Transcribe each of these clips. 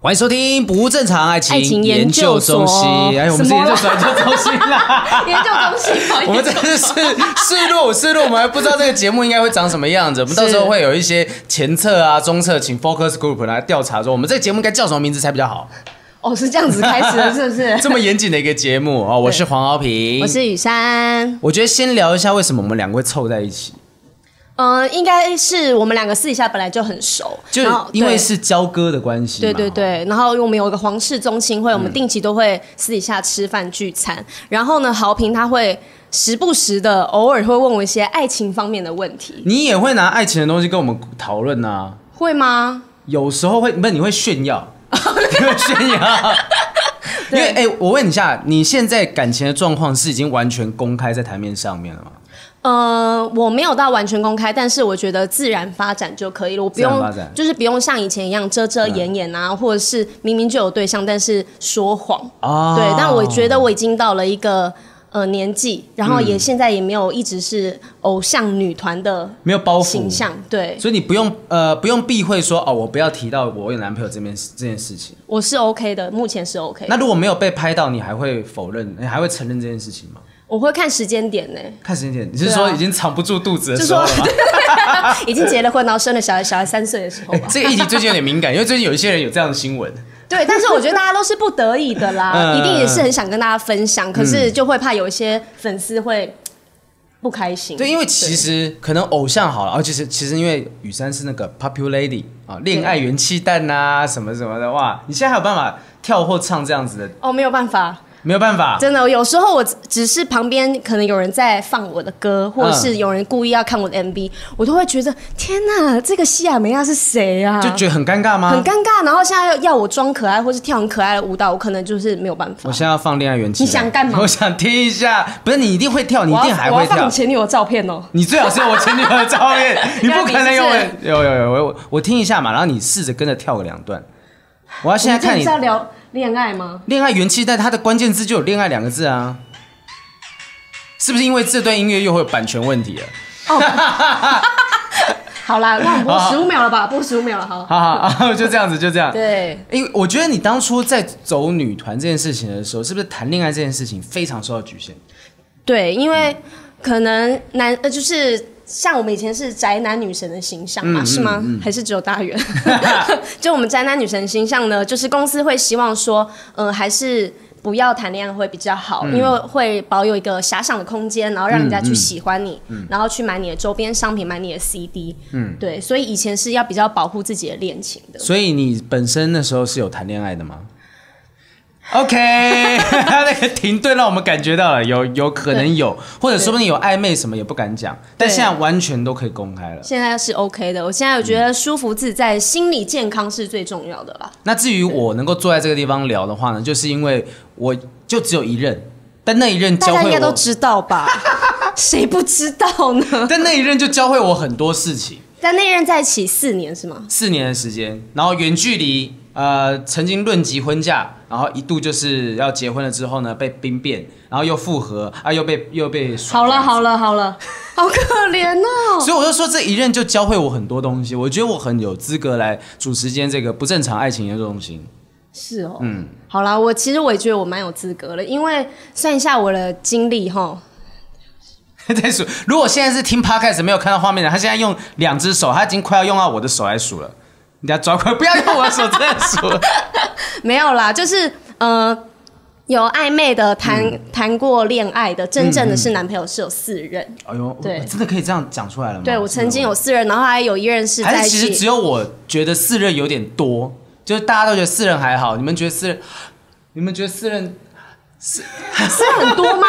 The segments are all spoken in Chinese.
欢迎收听不正常爱爱情情研研究究所中心。哎，我们是什么研啦究所研究中心啦。 研究中心，不好意 思我们真 的是试录试录，我们还不知道这个节目应该会长什么样子。我们到时候会有一些前测啊、中测，请 Focus Group 来调查说我们这个节目应该叫什么名字才比较 好。哦，是这样子开始的，是不是？ 这么严谨的一个节目哦，我是黄敖平，我。是雨珊，我觉得先聊一下为什么我们两个会凑在一起，嗯、应该是我们两个私底下本来就很熟，就然后因为对是交割的关系嘛。对对对，然后我们有一个皇室中心会，我们定期都会私底下吃饭聚餐。然后呢，豪平他会时不时的偶尔会问我一些爱情方面的问题，你也会拿爱情的东西跟我们讨论啊。会吗？有时候会，不是你会炫 耀，你会炫耀。因为哎、我问你一下，你现在感情的状况是已经完全公开在台面上面了吗？呃，我没有到完全公开，但是我觉得自然发展就可以了，我不自用然发展嗯就是不用像以前一样遮遮掩掩啊，或者是明明就有对象，但是说谎。啊对，但我觉得得我已经到了一个呃年纪，然后嗯也现在也没有一直是偶像女团的没有包袱形，象。对，所以你不用呃不用避讳说哦，我不要提到我有男朋友这件事这件事情。我是 OK 的，目前是 OK 的。那如果没有被拍到，你还会否认，你还会承认这件事情吗？我会看时间点 呢、看时间点，你是对啊说已经藏不住肚子的就时候说了吗？已经结了婚，然后生了小孩，小孩三岁的时候 吧。哎这个议题最近有点敏感，因为最近有一些人有这样的新闻。对，但是我觉得大家都是不得已的啦，嗯一定也是很想跟大家分享，可是就会怕有一些粉丝会不开心。对，因为其实可能偶像好了，而且是其实因为雨珊是那个 popular lady 啊，恋爱元气弹呐、什么什么的，哇，你现在还有办法跳或唱这样子的，哦，没有办法，没有办法。真的，有时候我只只是旁边可能有人在放我的歌，嗯或者是有人故意要看我的 MV，、我都会觉得天哪，这个西亚梅亚是谁啊？就觉得很尴尬吗？很尴尬。然后现在要要我装可爱，或是跳很可爱的舞蹈，我可能就是没有办法我。现在要放恋爱元气弹，你想干嘛我想听一下，不是你一定会跳，你一我定要还我会要放跳你。前女友的照片哦、你最好是有我前女友的照 片，你不可能有我原来你有有有我我我听一下嘛，然后你试着跟着跳个两段。我要现在我看们你这里是要聊恋爱吗？恋爱元气弹，它的关键字就有恋爱两个字啊，是不是因为这段音乐又会有版权问题了？ 哦 好啦，那我们播好十五秒了吧，播十五秒了，好。好好好， 就这样子，就这样。对，因为我觉得你当初在走女团这件事情的时候，是不是谈恋爱这件事情非常受到局限？对，因为可能男呃就是。像我们以前是宅男女神的形象嘛，是吗？还是只有大圆？ 就我们宅男女神形象呢，就是公司会希望说，呃，还是不要谈恋爱会比较好，因为会保有一个遐想的空间，然后让人家去喜欢你，然后去买你的周边商品，买你的 CD。嗯，对，所以以前是要比较保护自己的恋情的。所以你本身那时候是有谈恋爱的吗？OK，他那个停顿让我们感觉到了有有可能有，或者说不定有暧昧什么也不敢讲，但对现在完全都可以公开了。现在是 OK 的，我现在我觉得舒服自在，心理健康是最重要的啦。那至于我能够坐在这个地方聊的话呢，就是因为我就只有一任，但那一任大教家应会该都我，知道 吧？谁不知道呢？但那一任就教会我很多事情。但那任在一起四年是吗？四年的时间，然后远距离，呃，曾经论及婚嫁，然后一度就是要结婚了之后呢，被兵变，然后又复合，啊，又被又被好了好了好了，好可怜哦。所以我就说这一任就教会我很多东西，我觉得我很有资格来主持今天这个不正常爱情研究中心。是哦，嗯，好啦，我其实我也觉得我蛮有资格的，因为算一下我的经历哈， 在数，如果现在是听 podcast 没有看到画面的，他现在用两只手，他已经快要用到我的手来数了。你要抓快， 不要用我的手这样 数了。没有啦，就是呃。有暧昧的谈嗯谈、过恋爱的，真正的是男朋友是有四任，哎呦，对我真的可以这样讲出来了吗？对我曾经有四任，然后还有一任是哦还在是一其实只起，有我觉得四任有点多，就是大家都觉得四任还好，你们觉得四任，你们觉得四任四任很多吗？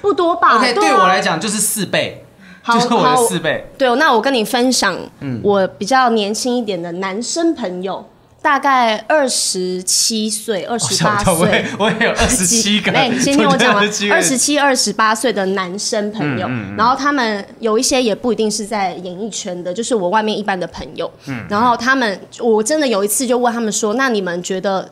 不多 吧 OK 啊对我来讲就是四倍，好就是我的好四倍。对，那我跟你分享，我比较年轻一点的男生朋友，大概二十七岁、二十八我岁也。我也有二十七个，哎，你先听 我讲完。二十七七、二十八岁的男生朋嗯友，然后他们有一些也不一定是在演艺圈的，就是我外面一般的朋友。嗯然后他们，我真的有一次就问他们说：“那你们觉得，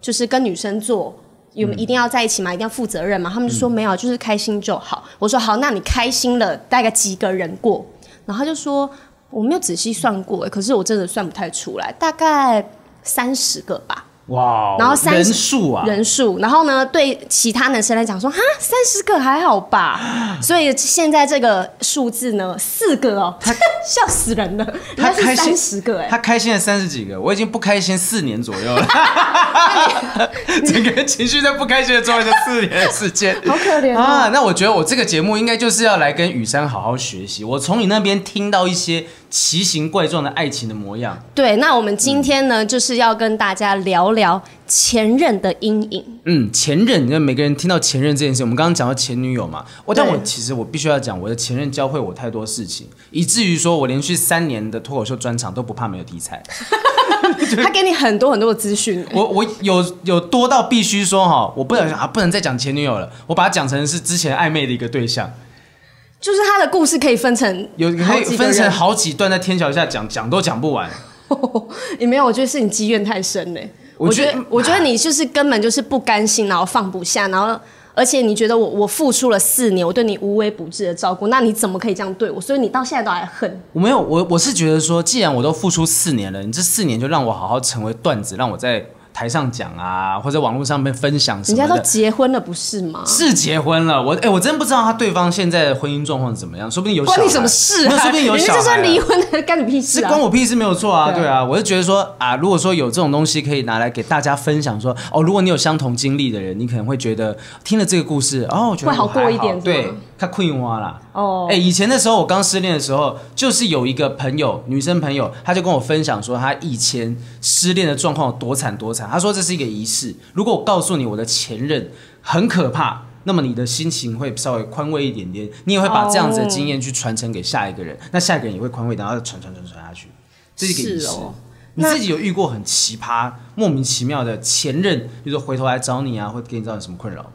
就是跟女生做，有一定要在一起吗？一定要负责嗯任吗？”他们就说：“没有，就是开心就好。”我说：“好，那你开心了，大概几个人过？”然后他就说：“我没有仔细算过、可是我真的算不太出来，大概三十个吧。”哇哦，然后三人数啊，人数，然后呢，对其他男生来讲说，哈，三十个还好 吧，所以现在这个数字呢，四个哦， 笑死人了，人他家开是心三十个哎、他开心了三十几个，我已经不开心四年左右了， 整个情绪在不开心的状态下四年的时间，好可怜哦啊！那我觉得我这个节目应该就是要来跟雨珊好好学习，我从你那边听到一些奇形怪状的爱情的模样。对，那我们今天呢，就是要跟大家聊聊前任的阴 影。嗯，前任，那每个人听到前任这件事，我们刚刚讲到前女友嘛，我但对我其实我必须要讲，我的前任教会我太多事情，以至于说我连续三年的脱口秀专场都不怕没有题材。他给你很多很多的资讯，我我有有多到必须说哈，我不能啊，不能再讲前女友了，我把它讲成是之前暧昧的一个对象，就是他的故事可以分成有可好以几个分成人。好几段在天桥下讲，讲都讲不完。 也没有，我觉得是你积怨太深嘞、我我觉觉得嗯得，我觉得你就是根本就是不甘心，然后放不下，然后而且你觉得我我付出了四年，我对你无微不至的照顾，那你怎么可以这样对我？所以你到现在都还恨。我没有，我我是觉得说，既然我都付出四年了，你这四年就让我好好成为段子，让我在台上讲啊，或者网络上面分享什人么的。家都结婚了，不是吗？是结婚了，我哎、我真不知道他对方现在的婚姻状况是怎么样，说不定有小孩关你什么事没有啊？说不定有人小家孩、就啊。算离婚了，干你屁事是啊！关我屁事没有错啊，对啊对啊，我是觉得说啊，如果说有这种东西可以拿来给大家分享说，哦，如果你有相同经历的人，你可能会觉得听了这个故事，哦，我觉得会好我还过一点是吗对，看困花啦。哦哎、以前的时候，我刚失恋的时候，就是有一个朋友，女生朋友，她就跟我分享说，她以前失恋的状况有多惨多惨。她说这是一个仪式，如果我告诉你我的前任很可怕，那么你的心情会稍微宽慰一点点，你也会把这样子的经验去传承给下一个哦人，那下一个人也会宽慰，然后传传传传下去，这是一个仪式。是哦你那自己有遇过很奇葩、莫名其妙的前任，比如说回头来找你啊，会给你造成什么困扰吗？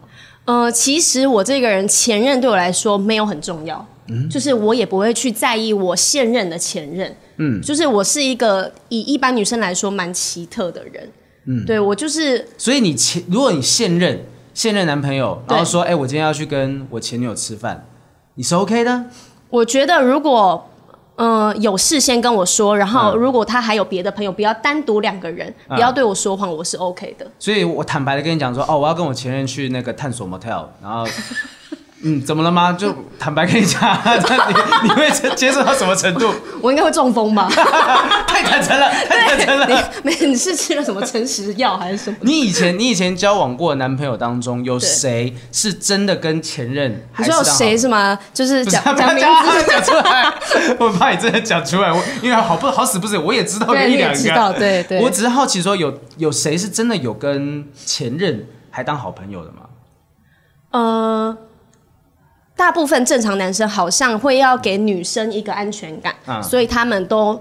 呃，其实我这个人前任对我来说没有很重要，嗯就是我也不会去在意我现任的前任，嗯，就是我是一个以一般女生来说蛮奇特的人，嗯，对我就是所以你前，如果你现任现任男朋友，对然后说，哎、我今天要去跟我前女友吃饭，你是 OK 的？我觉得如果。呃，有事先跟我说，然后嗯如果他还有别的朋友，不要单独两个人，嗯不要对我说谎，我是 OK 的。所以我坦白的跟你讲说，哦，我要跟我前任去那个探索 motel，然 后。嗯，怎么了吗？就坦白跟你讲，你你会接受到什么程度？ 我应该会中风吧？太坦诚了，太坦诚了。没， 你是吃了什么诚实药还是什么？你以前你以前交往过的男朋友当中，有谁是真的跟前任还你是说有当好？谁是吗？就是讲不是啊讲不名要字，讲出来，我怕你真的讲出来，我因为好不好死不死，我也知道个对一你也两个，知道对对我只是好奇说有，有谁是真的有跟前任还当好朋友的吗？呃，大部分正常男生好像会要给女生一个安全感，嗯所以他们都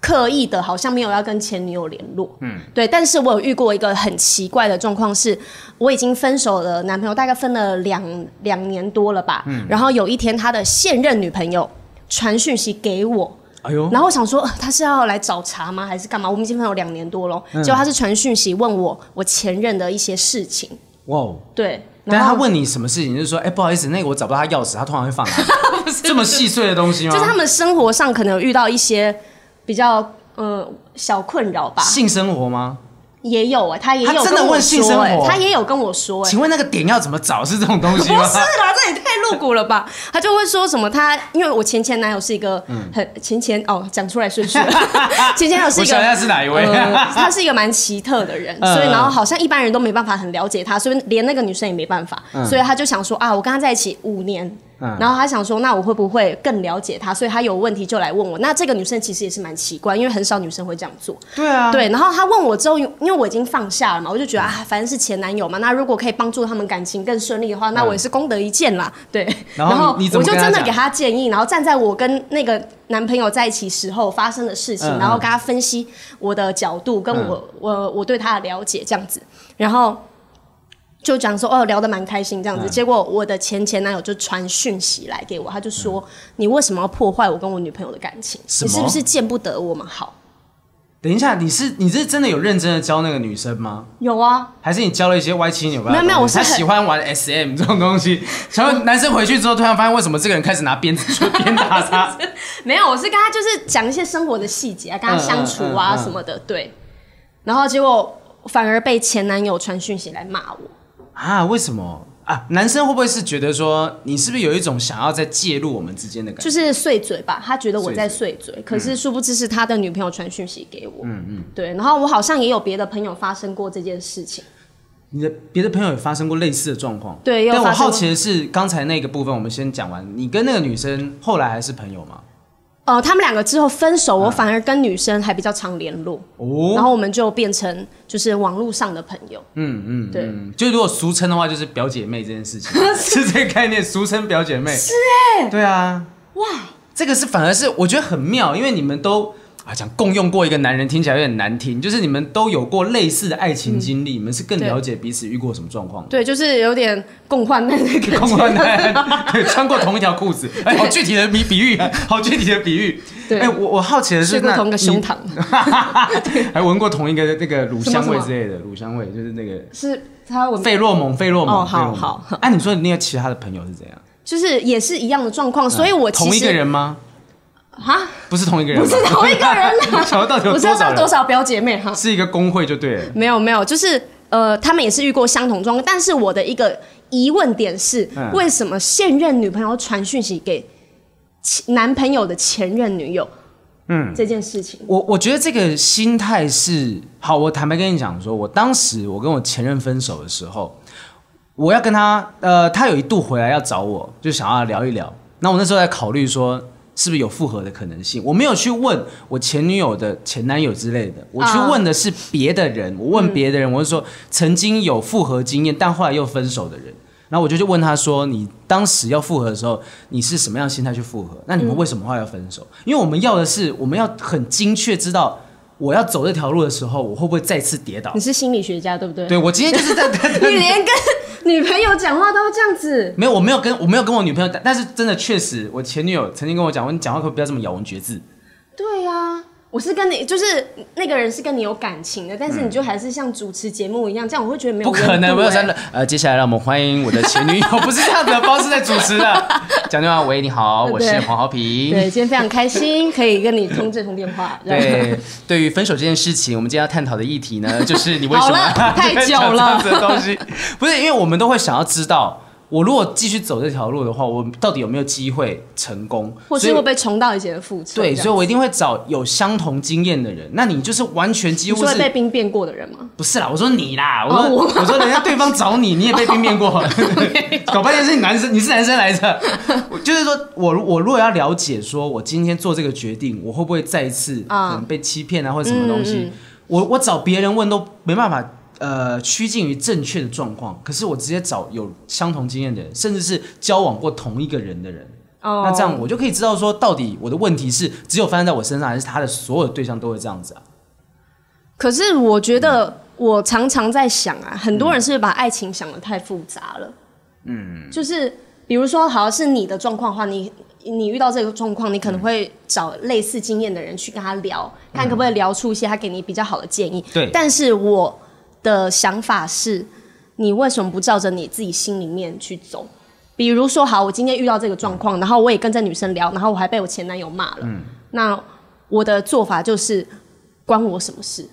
刻意的，好像没有要跟前女友联络。嗯，对。但是我有遇过一个很奇怪的状况是，我已经分手了，男朋友大概分了两两年多了吧。嗯，然后有一天他的现任女朋友传讯息给我，哎呦，然后我想说、呃他是要来找茬吗，还是干嘛？我们已经分手两年多了，嗯结果他是传讯息问我我前任的一些事情。哇哦！对，但然他后问你什么事情，就是说，哎、不好意思，那个我找不到他钥匙，他通常会放 哪里？这么细碎的东西吗？就是他们生活上可能有遇到一些比较呃小困扰吧，性生活吗？也有哎、他也有他真的跟我问性生活说欸他也有跟我说哎、请问那个点要怎么找？是这种东西不吗？是啦，这也太露骨了吧！他就会说什么他，因为我前前男友是一个嗯很前前哦，讲出来 顺序了，前前男友是一个，我想一下是哪一位呃他是一个蛮奇特的人，嗯所以然后好像一般人都没办法很了解他，所以连那个女生也没办法，所以他就想说啊，我跟他在一起五年。嗯然后他想说，那我会不会更了解他？所以他有问题就来问我。那这个女生其实也是蛮奇怪，因为很少女生会这样做。对啊，嗯对，然后他问我之后，因因为我已经放下了嘛，我就觉得啊，反正是前男友嘛，那如果可以帮助他们感情更顺利的话，那我也是功德一件啦。对，嗯然 然后你你怎么我就跟他真的讲给他建议，然后站在我跟那个男朋友在一起时候发生的事情，嗯嗯嗯然后跟他分析我的角度，跟我、我我对他的了解这样子，然后。就讲说哦，聊得蛮开心这样子，嗯结果我的前前男友就传讯息来给我，他就说、你为什么要破坏我跟我女朋友的感情？嗯什你是么不是见不得我们好？等一下，你是你是真的有认真的教那个女生吗？有啊，还是你教了一些歪七扭八的东西？没有没有我是他很喜欢玩 SM 这种东西。然后男生回去之后，突然发现为什么这个人开始拿鞭子去鞭打他？没有，我 是跟他就是讲一些生活的细节啊，跟他相处嗯嗯啊嗯嗯什么的，对。然后结果反而被前男友传讯息来骂我。啊？为什么啊？男生会不会是觉得说你是不是有一种想要再介入我们之间的感觉？就是碎嘴吧，他觉得我在碎嗯嘴，可是殊不知是他的女朋友传讯息给我。嗯嗯，对，然后我好像也有别的朋友发生过这件事情。你的别的朋友也发生过类似的状况？对也有但我发生好过奇的是，刚才那个部分我们先讲完，你跟那个女生后来还是朋友吗？呃，他们两个之后分手，我反而跟女生还比较常联络，嗯哦，然后我们就变成就是网络上的朋友。嗯嗯，对嗯，就如果俗称的话，就是表姐妹这件 事情，是这个概念，俗称表姐妹，是哎、欸对啊，哇，这个是反而是我觉得很妙，因为你们都啊讲共用过一个男人，听起来有点难听，就是你们都有过类似的爱情经历，你们是嗯更了解彼此遇过什么状况 的。对，就是有点共患难的感觉。共患难，对，穿过同一条裤子，哎、好具体的比比喻啊，好具体的比喻。对哎、我我好奇的是，睡过那同一个你胸膛， 还闻过同一个那个乳什么香味什么之类的，乳香味就是那个是他我费洛蒙，费洛蒙。哦好费洛蒙好。哎、你说你那个其他的朋友是怎 样？就是也是一样的状况，所以我其嗯实同一个人吗？哈不是同一个人不吧，是同一个人 啦，想要到底有我多知道少到人？多少表姐妹哈，是一个工会就对了。没有没有，就是呃，他们也是遇过相同状况，但是我的一个疑问点是，嗯为什么现任女朋友传讯息给前男朋友的前任女友？嗯，这件事情， 我我觉得这个心态是好。我坦白跟你讲说，我当时我跟我前任分手的时候，我要跟他，呃，他有一度回来要找我，就想要聊一聊。那我那时候在考虑说，是不是有复合的可能性？我没有去问我前女友的前男友之类的，我去啊问的是别的人。嗯我问别的人，我是说曾经有复合经验，但后来又分手的人。然后我就去问他说：“你当时要复合的时候，你是什么样的心态去复合？那你们为什么后来要分手？嗯因为我们要的是，我们要很精确知道我要走这条路的时候，我会不会再次跌倒你？是心理学家对不对？对我今天就是在 在你连跟女朋友讲话都这样子，没有，我没有跟我没有跟我女朋友，但但是真的确实，我前女友曾经跟我讲过，你讲话可不可以不要这么咬文嚼字。对啊。我是跟你，就是那个人是跟你有感情的，但是你就还是像主持节目一样，这样我会觉得没嗯有不可温能，度没有欸三呃，接下来让我们欢迎我的前 女友，不是这样的方式在主持的。讲电话，喂，你好，我是对黄豪平。对，今天非常开心，可以跟你通这通电话。这 样，对，对于分手这件事情，我们今天要探讨的议题 呢，就是你为什好么了 太久讲这样了子的东西？不是，因为我们都会想要知道，我如果继续走这条路的话，我到底有没有机会成功？或所以是会被重蹈以前的覆辙。对，这样所以我一定会找有相同经验的人。那你就是完全几你乎是会是被兵变过的人吗？不是啦，我说你啦，我说、哦我哦我说 人家对方找你，你也被兵变过， 搞半天是你男生，你是男生来着。我就是说我如我如果要了解，说我今天做这个决定，我会不会再一次啊可能被欺骗啊，或者什么东西？嗯嗯我我找别人问都没办法。呃，趋近于正确的状况，可是我直接找有相同经验的人，甚至是交往过同一个人的人，哦那这样我就可以知道说，到底我的问题是只有发生在我身上，还是他的所有对象都会这样子啊？可是我觉得我常常在想啊，很多人是不是把爱情想的太复杂了。嗯，就是比如说，好像是你的状况的话，你你遇到这个状况，你可能会找类似经验的人去跟他聊，看可不可以聊出一些他给你比较好的建议。对但是我的想法是，你为什么不照着你自己心里面去走？比如说，好，我今天遇到这个状况，然后我也跟这女生聊，然后我还被我前男友骂了。那我的做法就是关我什么事？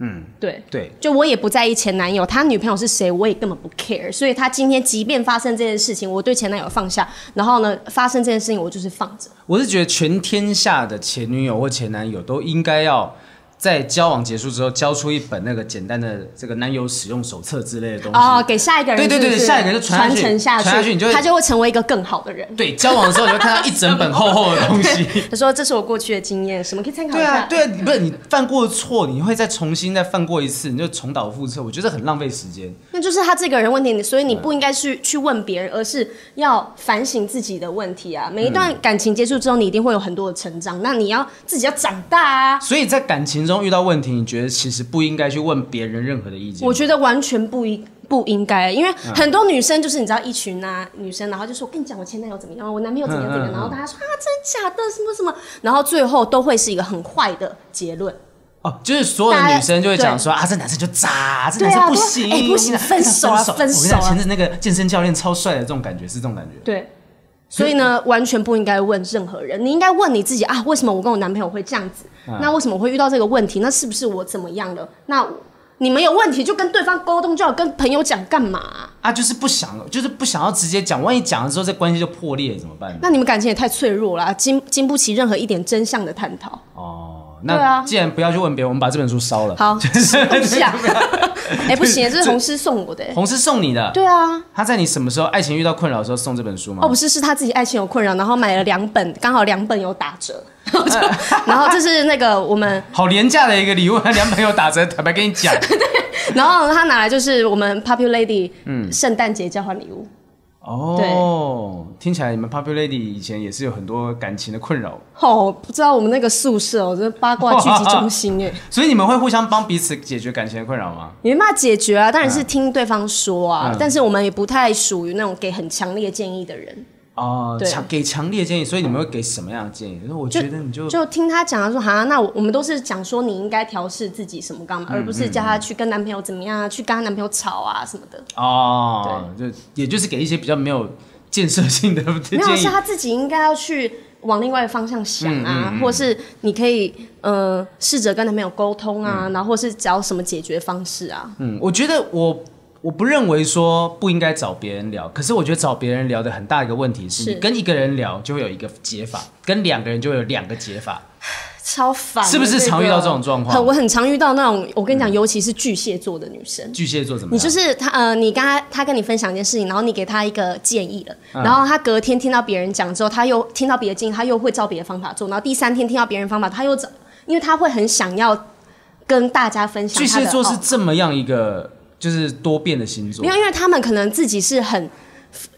嗯，对，对，就我也不在意前男友，他女朋友是谁，我也根本不 care。所以他今天即便发生这件事情，我对前男友放下，然后呢，发生这件事情我就是放着。我是觉得全天下的前女友或前男友都应该要在交往结束之后交出一本那个简单的这个男友使用手册之类的东西。哦，给下一个人对对对是不是下一个人就传下传去承下去，传下去你就会他就会成为一个更好的人。对，交往的时候你会看到一整本厚厚的东西。他说：“这是我过去的经验，什么可以参考 一对下？” 啊，对啊，你不是你犯过错，你会再重新再犯过一次，你就重蹈覆辙，我觉得很浪费时间。那就是他这个人问题，所以你不应该去去问别人，而是要反省自己的问题啊。每一段感情结束之后，你一定会有很多的成长，那你要自己要长大啊。所以在感情中遇到问题，你觉得其实不应该去问别人任何的意见。我觉得完全不应不应该，因为很多女生就是你知道一群啊女生，然后就说我跟你讲我前男友怎么样，我男朋友怎么样怎么嗯样，嗯嗯然后大家说啊真的假的什么什么，然后最后都会是一个很坏的结论。哦，就是所有的女生就会讲说啊，这男生就渣，这男生不行，对啊对啊哎不行 这男分手啊这男分我跟你手啊讲，前阵那个健身教练超帅的，这种感觉是这种感觉。对，所以呢，完全不应该问任何人，你应该问你自己啊啊，为什么我跟我男朋友会这样子？那为什么我会遇到这个问题？那是不是我怎么样了？那你们有问题就跟对方沟通，就好，跟朋友讲干嘛啊、啊，就是不想，就是不想要直接讲，万一讲了之后这关系就破裂怎么办？那你们感情也太脆弱了、啊经经不起任何一点真相的探讨。哦，对那啊既然不要去问别人，我们把这本书烧了。 好，共享。哎、不行，这是红师送我的、哎红嗯是送你的，对啊，他在你什么时候爱情遇到困扰的时候送这本书吗？哦，不是，是他自己爱情有困扰，然后买了两本，刚好两本有打折， 然后就然后这是那个我们，好廉价的一个礼物，还 两本有打折，坦白跟你 讲，然后他拿来就是我们 Popular Lady 嗯圣诞节交换礼物，哦，听起来你们 Popular Lady 以前也是有很多感情的困扰，哦，不知道我们那个宿舍哦，这八卦聚集中 心哎，所以你们会互相帮彼此解决感情的困扰吗？也没办法解决啊，当然是听对方说啊，嗯但是我们也不太属于那种给很强烈建议的人，哦，对强给强烈建议，所以你们会给什么样的建议？那我觉得你就就听他讲啊说哈，那我我们都是讲说你应该调试自己什么干嘛，嗯而不是叫他去跟男朋友怎么样啊，去跟他男朋友吵啊什么的，哦，就也就是给一些比较没有建设性的 建没有，是议。他自己应该要去往另外的方向想啊，嗯或是你可以呃试着跟男朋友沟通啊，然后或是找什么解决方式啊。嗯，我觉得我我不认为说不应该找别人聊，可是我觉得找别人聊的很大一个问题是，是你跟一个人聊就会有一个解法，跟两个人就会有两个解法。超烦的，是不是常遇到这种状况嗯很，我很常遇到那种，我跟你讲，尤其是巨蟹座的女生，巨蟹座怎么你样？就是他呃，你跟他他跟你分享一件事情，然后你给他一个建议了，嗯然后他隔天听到别人讲之后，他又听到别的建议，他又会照别的方法做，然后第三天听到别人方法，他又找，因为他会很想要跟大家分享巨他的。蟹座是哦这么样一个就是多变的星座没，有，因为他们可能自己是很，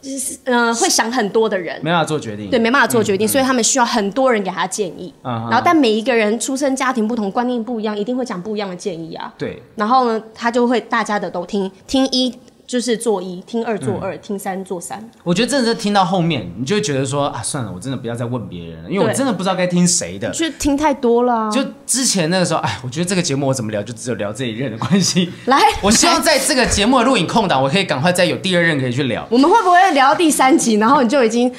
就是呃，会想很多的人。没办法做决定。对，没办法做决定，所以他们需要很多人给他建议。嗯哼然后，但每一个人出生家庭不同，观念不一样，一定会讲不一样的建议啊。对，然后呢，他就会大家的都听，听一就是做一，听二做二，听三做三。我觉得真的是听到后面，你就会觉得说啊，算了，我真的不要再问别人了，因为我对真的不知道该听谁的。就是听太多了啊、就之前那个时候，哎，我觉得这个节目我怎么聊，就只有聊这一任的关 系。来，我希望在这个节目的录影空档，我可以赶快再有第二任可以去聊，我们会不会聊到第三集，然后你就已 经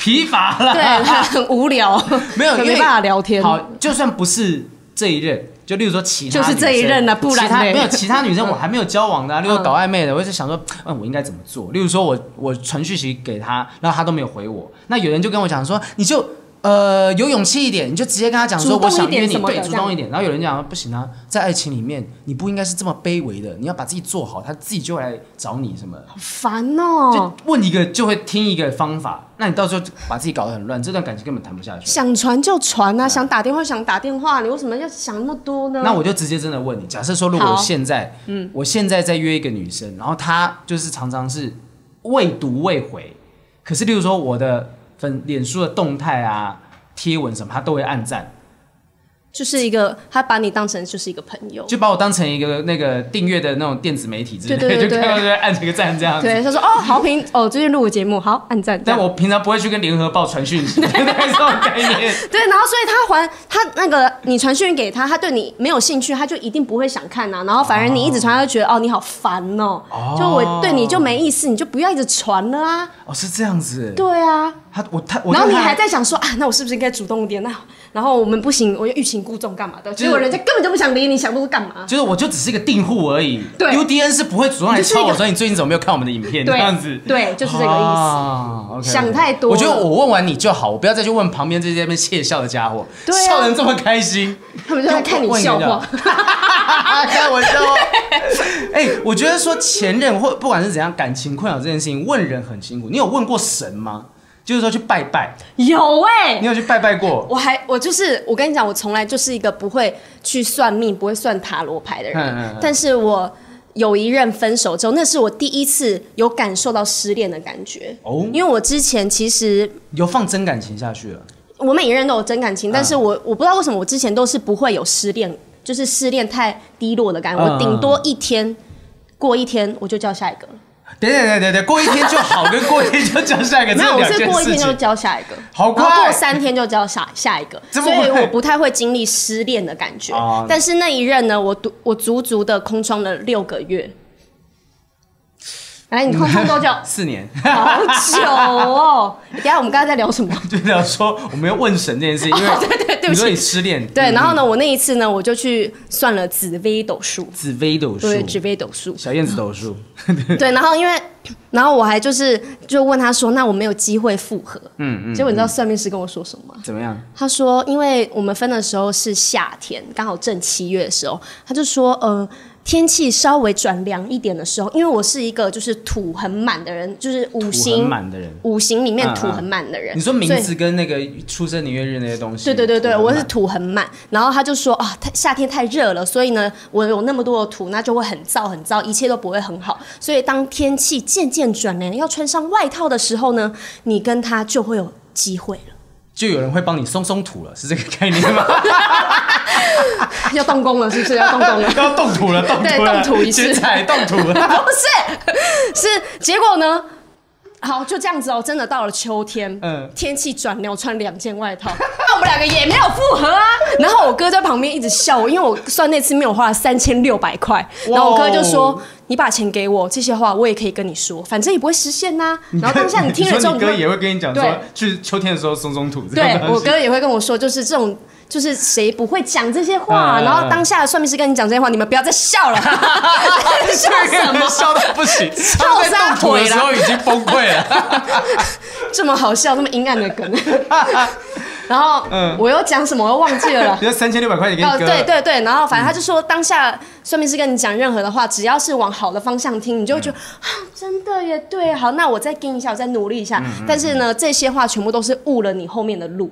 疲乏对了。很无聊，没有，因为没办法聊天。好，就算不是这一任，就例如说其他就是这一任呢、啊不然其他嘞没有其他女生我还没有交往的、 啊，例如搞暧昧的，我就想说，嗯，我应该怎么做？例如说我我传讯息给他，然后他都没有回我，那有人就跟我讲说，你就。呃，有勇气一点，你就直接跟他讲说，主动我一想约点你，什么的对，主这样动一点。然后有人讲说不行啊，在爱情里面，你不应该是这么卑微的，你要把自己做好，他自己就会来找你什么的。烦哦就，问一个就会听一个方法，那你到时候就把自己搞得很乱，这段感情根本谈不下去。想传就传啊，想打电话想打电话，你为什么要想那么多呢？那我就直接真的问你，假设说如果我嗯好现在，嗯，我现在在约一个女生，然后她就是常常是未读未回，可是例如说我的粉脸书的动态啊、贴文什么，她都会暗赞，就是一个他把你当成就是一个朋友，就把我当成一个那个订阅的那种电子媒体之类的，对对对 对就看到就按这个赞这样子。对，他说哦，好评哦，最近录个节目，好，按赞。这但样我平常不会去跟联合报传讯 息，对这种概念。 对，然后所以他还他那个你传讯给他，他对你没有兴趣，他就一定不会想看啊。然后反而你一直传，他就觉得哦你好烦哦，哦就我对你就没意思，你就不要一直传了啊。哦，是这样子。对啊，他我他我然后对你她还在想说啊，那我是不是应该主动一点？那然后我们不行，我又欲擒故纵干嘛的？是结果人家根本就不想理你，想多干嘛？就是我就只是一个订户而已。对，UDN 是不会主动来你就是一敲个我说你最近怎么没有看我们的影片对这样子。对就是这个意思啊 OK，OK 想太多我了觉得我问完你就好，我不要再去问旁边这些在那边窃笑的家伙，对啊笑成这么开心，他们就在看你笑话。 开玩笑哦。 哎、我觉得说前任或不管是怎样感情困扰这件事情，问人很辛苦。你有问过神吗？就是说去拜拜，有哎、你有去拜拜过？我还我就是我跟你讲，我从来就是一个不会去算命、不会算塔罗牌的人。嗯嗯嗯但是我有一任分手之后，那是我第一次有感受到失恋的感觉。哦因为我之前其实有放真感情下去了。我每一任都有真感嗯情，但是我我不知道为什么我之前都是不会有失恋，就是失恋太低落的感觉。嗯我顶多一天过一天，我就叫下一个了。等等等等等，过一天就好，跟过一天就叫下一个， 这没有，我两是件过一事天情就。交下一个，好快然后过三天就交下下一个，这所么快以我不太会经历失恋的感觉。哦但是那一任呢，我足我足足的空窗了六个月。来，你空窗 多久？四年，好久哦！等一下我们刚才在聊什么？嗯就聊说我们要问神这件事，因为哦对对对你不说你起。失恋，对，嗯然后呢，我那一次呢，我就去算了紫微斗数，紫薇斗数，对，紫微斗 数，小燕子斗 数，对，然后因为，然后我还就是就问他说，那我没有机会复合，嗯嗯，结果你知道算命师跟我说什么吗？怎么样？他说，因为我们分的时候是夏天，刚好正七月的时候，他就说，呃，天气稍微转凉一点的时候，因为我是一个就是土很满的人，就是五土很行满的人。五行里面嗯土嗯很满的人，你说名所以字跟那个出生年月日那些东西，对对对对，土很我满是土很满，然后他就说啊，太夏天太热了，所以呢，我有那么多的土，那就会很燥很燥，一切都不会很好。所以当天气渐渐转凉，要穿上外套的时候呢，你跟他就会有机会了，就有人会帮你松松土了，是这个概念 吗？啊要动工了，是不是要动工了？要动土了，动土了，对动土仪式剪彩动土了。不是，是结果呢？好，就这样子哦，真的到了秋天，嗯天气转凉，我穿两件外套，那我们两个也没有复合啊。然后我哥在旁边一直笑我，因为我算那次没有花了三千六百块，然后我哥就说哇哦：“你把钱给我，这些话我也可以跟你说，反正也不会实现呐、 然后当下你听了之后，你你说你哥会也会跟你讲说对，去秋天的时候松松土。这 对样东我西哥也会跟我说，就是这种，就是谁不会讲这些话？嗯嗯嗯然后当下的算命师跟你讲这些话，你们不要再笑了，笑 什么？啊笑到不 行，他们在动土的的时时候候已经崩溃了。 这么好笑，这么阴暗的梗。然后、我又讲什么，我又忘记了 啦你。说三千六百块钱给你哦，哥，对，对对，然后反正他就说，当下算命师跟你讲任何的话，只要是往好的方向听，你就会觉得、啊，真的耶，对，好，那我再跟一下，我再努力一下。但是呢，这些话全部都是误了你后面的路，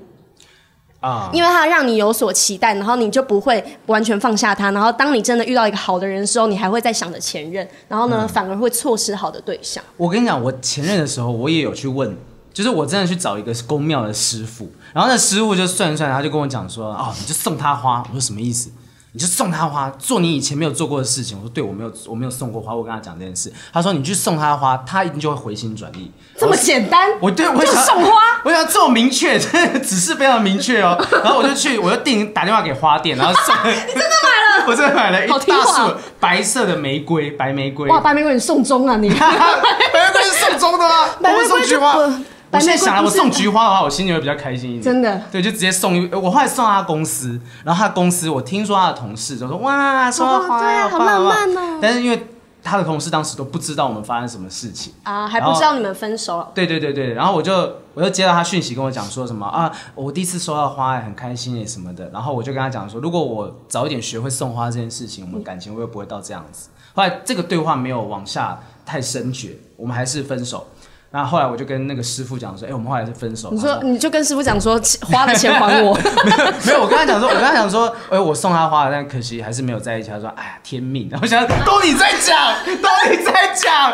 啊，因为他让你有所期待，然后你就不会完全放下他。然后当你真的遇到一个好的人的时候，你还会再想着前任，然后呢，嗯反而会错失好的对象。我跟你讲，我前任的时候，我也有去问，就是我真的去找一个宫庙的师傅，然后那师傅就算一算，他就跟我讲说，哦，你就送他花。我说什么意思？你就送他花，做你以前没有做过的事情。我说对，我没有，我没有送过花。我跟他讲这件事，他说你去送他花，他一定就会回心转意。这么简单，我对我就想送花，我想这么明确，只是非常明确 哦。然后我就去，我就订打电话给花店，然后送。你真的买 了？我真的买了一好听大话束白色的玫瑰，白玫瑰。哇，白玫瑰你送终啊你。白玫瑰是送中的吗？白 我玫会瑰送就菊花不。我白现在玫瑰想来，不我是送菊花的话，我心里会比较开心一点。真的对，就直接送一。我后来送到他公司，然后他公司，我听说他的同事就说：“哇，送到花，对啊好棒浪漫棒哦但是因为他的同事当时都不知道我们发生什么事情，啊，还不知道你们分手了。对对对对，然后我就我就接到他讯息跟我讲说什么啊，我第一次收到花，很开心耶什么的。然后我就跟他讲说，如果我早一点学会送花这件事情，我们感情会不会到这样子？后来这个对话没有往下太深掘，我们还是分手。然后后来我就跟那个师傅讲说，哎、我们后来是分手。你他说，你就跟师傅讲说，花的钱 还我。 没有，我跟他讲说，我跟他讲说，哎、我送他花，但可惜还是没有在一起。他说，哎呀，天命。然后我想，都你在讲，都你在讲，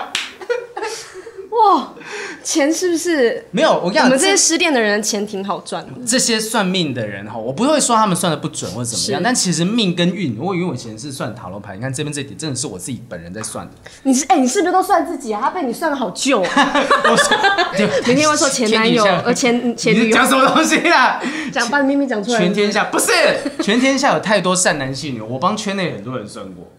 哇，钱是不是？没有，我跟你我讲，们这些失恋的人的钱挺好赚的。这些算命的人哈，我不会说他们算的不准或怎么样，是但其实命跟运，我因为我以前是算塔罗牌，你看这边这一点真的是我自己本人在 算的。你是哎、你是不是都算自己啊？他被你算的好 旧、啊。我说，对明天会说前男友天底下呃前前你女友讲什么东西 啦？讲把你秘密讲出来。全天下不是全天下有太多善男信女，我帮圈内很多人算过，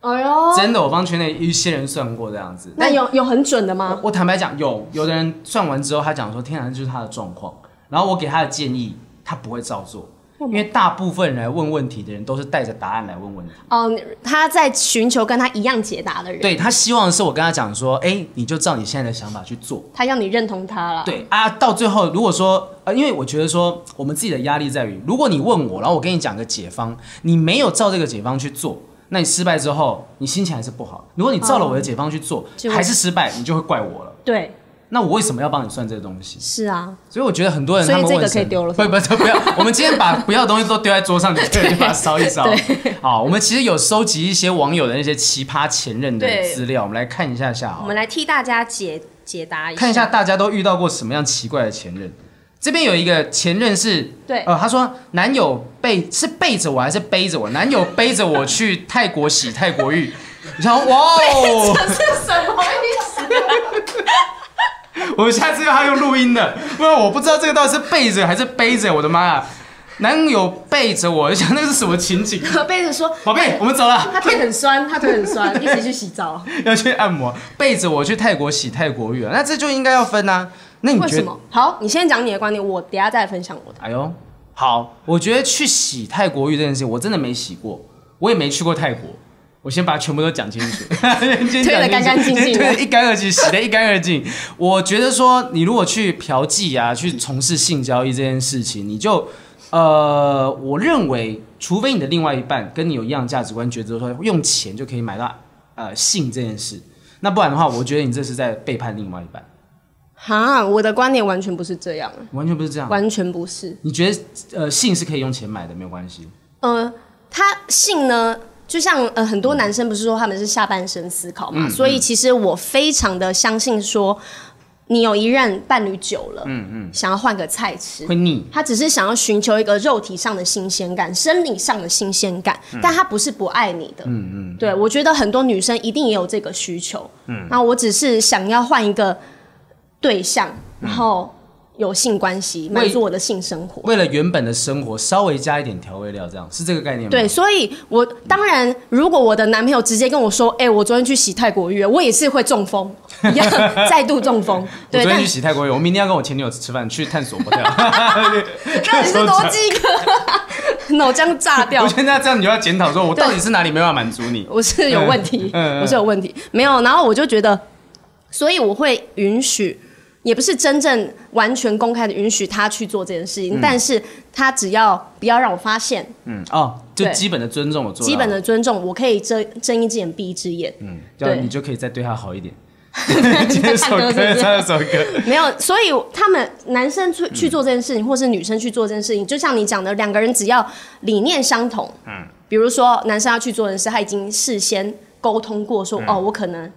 哎呦，真的，我帮圈内一些人算过这样子。那有有很准的吗我？我坦白讲，有有的人算完之后，他讲说天然就是他的状况，然后我给他的建议，他不会照做，因为大部分人来问问题的人都是带着答案来问问题。哦，他在寻求跟他一样解答的人，对他希望的是我跟他讲说，哎、你就照你现在的想法去做。他要你认同他了。，对啊，到最后如果说，呃，因为我觉得说我们自己的压力在于，如果你问我，然后我跟你讲个解方，你没有照这个解方去做，那你失败之后，你心情还是不好。如果你照了我的解方去做，嗯就会还是失败，你就会怪我了。对，那我为什么要帮你算这个东西？是啊。所以我觉得很多人所以他们这个问可以神丢了不不不不要，我们今天 把不要的东西都丢在桌上，就可以把它烧一烧对。好，我们其实有收集一些网友的那些奇葩前任的对资料，我们来看一下下好我了。们来替大家解解答一下。看一下大家都遇到过什么样奇怪的前任。这边有一个前任是，对呃，他说男友背是背着我还是背着我？男友背着我去泰国洗泰国浴， 你想哇哦， 这是什么意 思？我们下次要他用录音的，不然我不知道这个到底是背着还是背着，我的妈呀！男友背着我，我想那个是什么情景？背着说，宝贝，我们走了，他腿很酸，他腿很酸，一起去洗澡。要去按摩，背着我去泰国洗泰国浴啊，那这就应该要分啊。那你为觉什得？么？好，你先讲你的观点，我等一下再分享我的。哎呦，好，我觉得去洗泰国浴这件事情，我真的没洗过，我也没去过泰国。我先把它全部都讲清 楚，推推得干干净净的 推得一干二净，洗得一干二净。我觉得说，你如果去嫖妓啊，去从事性交易这件事情，你就呃，我认为，除非你的另外一半跟你有一样的价值观，觉得说用钱就可以买到呃性这件事，那不然的话，我觉得你这是在背叛另外一半，哈，我的观点完全不是这样，完全不是这样。完全不是。你觉得呃性是可以用钱买的，没有关系。呃，他性呢，就像呃很多男生不是说他们是下半身思考嘛，所以其实我非常的相信说，你有一任伴侣久了，嗯嗯，想要换个菜吃，会腻。他只是想要寻求一个肉体上的新鲜感、生理上的新鲜感，但他不是不爱你的。嗯嗯嗯，对我觉得很多女生一定也有这个需求。嗯，那我只是想要换一个对象，然后有性关系，满足我的性生活。为了原本的生活稍微加一点调味料，这样是这个概念吗？对，，所以我当然，如果我的男朋友直接跟我说：“哎、我昨天去洗泰国浴了，我也是会中风，一样再度中风。”我对，昨但天去洗泰国浴，我明天要跟我前女友吃饭，去探索不掉。到底是多饥渴， 脑浆炸 掉我。觉得这样你就要检讨，说我到底是哪里没办法满足你？我是有问题，嗯嗯我是有问题，没有。然后我就觉得，所以我会允许，也不是真正完全公开的允许他去做这件事情，但是他只要不要让我发现，嗯，哦，就对基本的尊重我做到了，基本的尊重，我可以睁睁一只眼闭一只眼，嗯，这样对你就可以再对她好一 点。你这在首唱歌，歌是不是这首 歌，没有。所以他们男生去去做这件事情，或是女生去做这件事情，就像你讲的，两个人只要理念相同，嗯，比如说男生要去做的事，他已经事先沟通过说，哦，我可能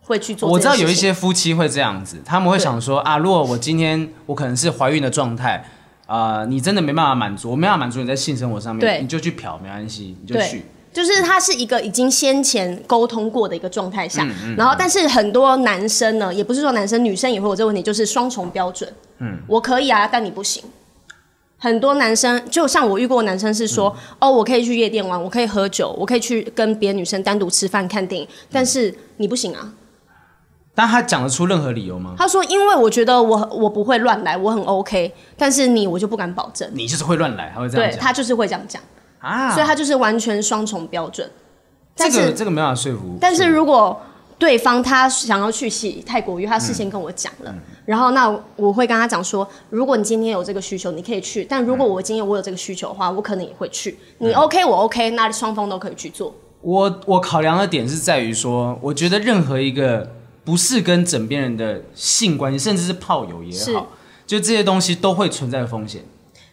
会去做我这件事情。知道有一些夫妻会这样子，他们会想说啊，如果我今天我可能是怀孕的状态。啊、你真的没办法满足，我没办法满足你在性生活上对面，你就去嫖，没关系，你就对去。就是它是一个已经先前沟通过的一个状态下，然后但是很多男生呢，也不是说男生女生也会有这个问题，就是双重标准。嗯，我可以啊，但你不行。很多男生就像我遇过的男生是说，哦，我可以去夜店玩，我可以喝酒，我可以去跟别的女生单独吃饭看电影，但是你不行啊。但他讲得出任何理由吗？他说，因为我觉得我我不会乱来，我很 OK，但是你我就不敢保证。你就是会乱来，他会这样对讲他就是会这样讲，啊。所以他就是完全双重标准。这但是个这个没办法说服。但是如果对方他想要去洗泰国浴，他事先跟我讲嗯了，然后那我会跟他讲说，如果你今天有这个需求，你可以去；但如果我今天我有这个需求的话，我可能也会去。嗯你 OK，我 OK，那双方都可以去做。我我考量的点是在于说，我觉得任何一个不是跟枕边人的性关系，甚至是炮友也是好，就这些东西都会存在风险。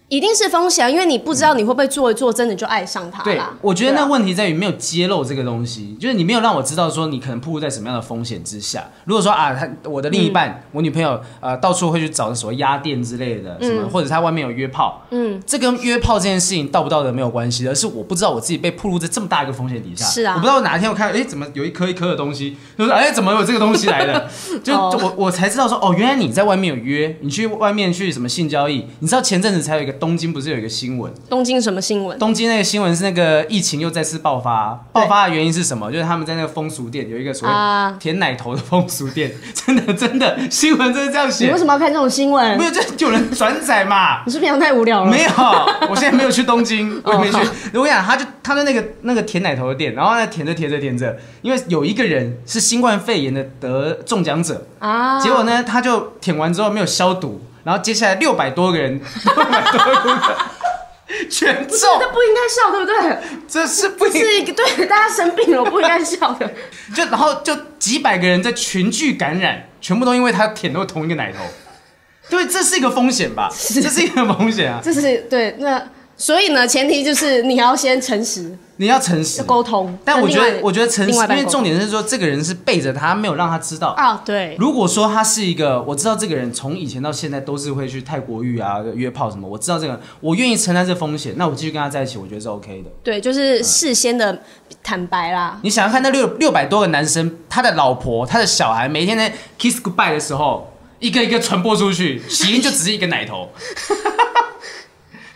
一定是风险，因为你不知道你会不会做一做，真的就爱上他对啦。，我觉得对那啊问题在于没有揭露这个东西，就是你没有让我知道说你可能暴露在什么样的风险之下。如果说啊，他我的另一嗯半，我女朋友呃到处会去找所谓压店之类的嗯什么，或者她外面有约炮，嗯，这跟约炮这件事情到不到的没有关系，而是我不知道我自己被暴露在这么大一个风险底下。是啊我不知道哪一天我看，哎，怎么有一颗一颗的东西，就是哎，怎么有这个东西来 的？就哦就我我才知道说，哦，原来你在外面有约，你去外面去什么性交易？你知道前阵子才有一个东京不是有一个新闻？东京什么新闻？东京那个新闻是那个疫情又再次爆发，对爆发的原因是什么？就是他们在那个风俗店有一个所谓啊舔奶头的风俗店， 真的真的新闻真的这样你写为，什么要看这种新闻没？有就就有人转载嘛。你是平常太无聊了？没有，我现在没有去东京，我也没去 哦。我想，他就他在那个那个舔奶头的店，然后呢舔着舔着舔着，因为有一个人是新冠肺炎的得中奖者，啊，结果呢，他就舔完之后没有消毒，然后接下来六百多个人，六百多个人全中，这不应该笑，对不对？这是不这是一个对大家生病了，不应该笑的。就然后就几百个人在群聚感染，全部都因为他舔到同一个奶头。对，这是一个风险吧？这是一个风险 啊！这是对，那所以呢，前提就是你要先诚实你要诚实沟通。嗯但我觉跟另得外，我觉得诚实，另外一因半为沟通重点是说，这个人是背着他，没有让他知道。啊，对，如果说他是一个，我知道这个人从以前到现在都是会去泰国浴啊、约炮什么，我知道这个人，我愿意承担这风险，那我继续跟他在一起，我觉得是 OK 的。对，就是事先的坦白啦。你想想看，那六六百多个男生，他的老婆、他的小孩，每天在 kiss goodbye 的时候，一个一个传播出去，起因就只是一个奶 头。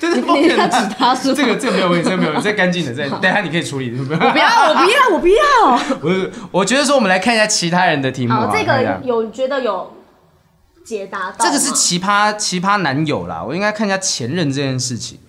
这是风你险要大指他是吗啊这个这个没有问题，这个没有问题，这干净的，这等一下你可以处理。 不不要，我不 要，我不要。 我我觉得说，我们来看一下其他人的题目啊好，这看一下个有觉得有解答到吗？这个是奇葩奇葩男友啦，我应该看一下前任这件事情。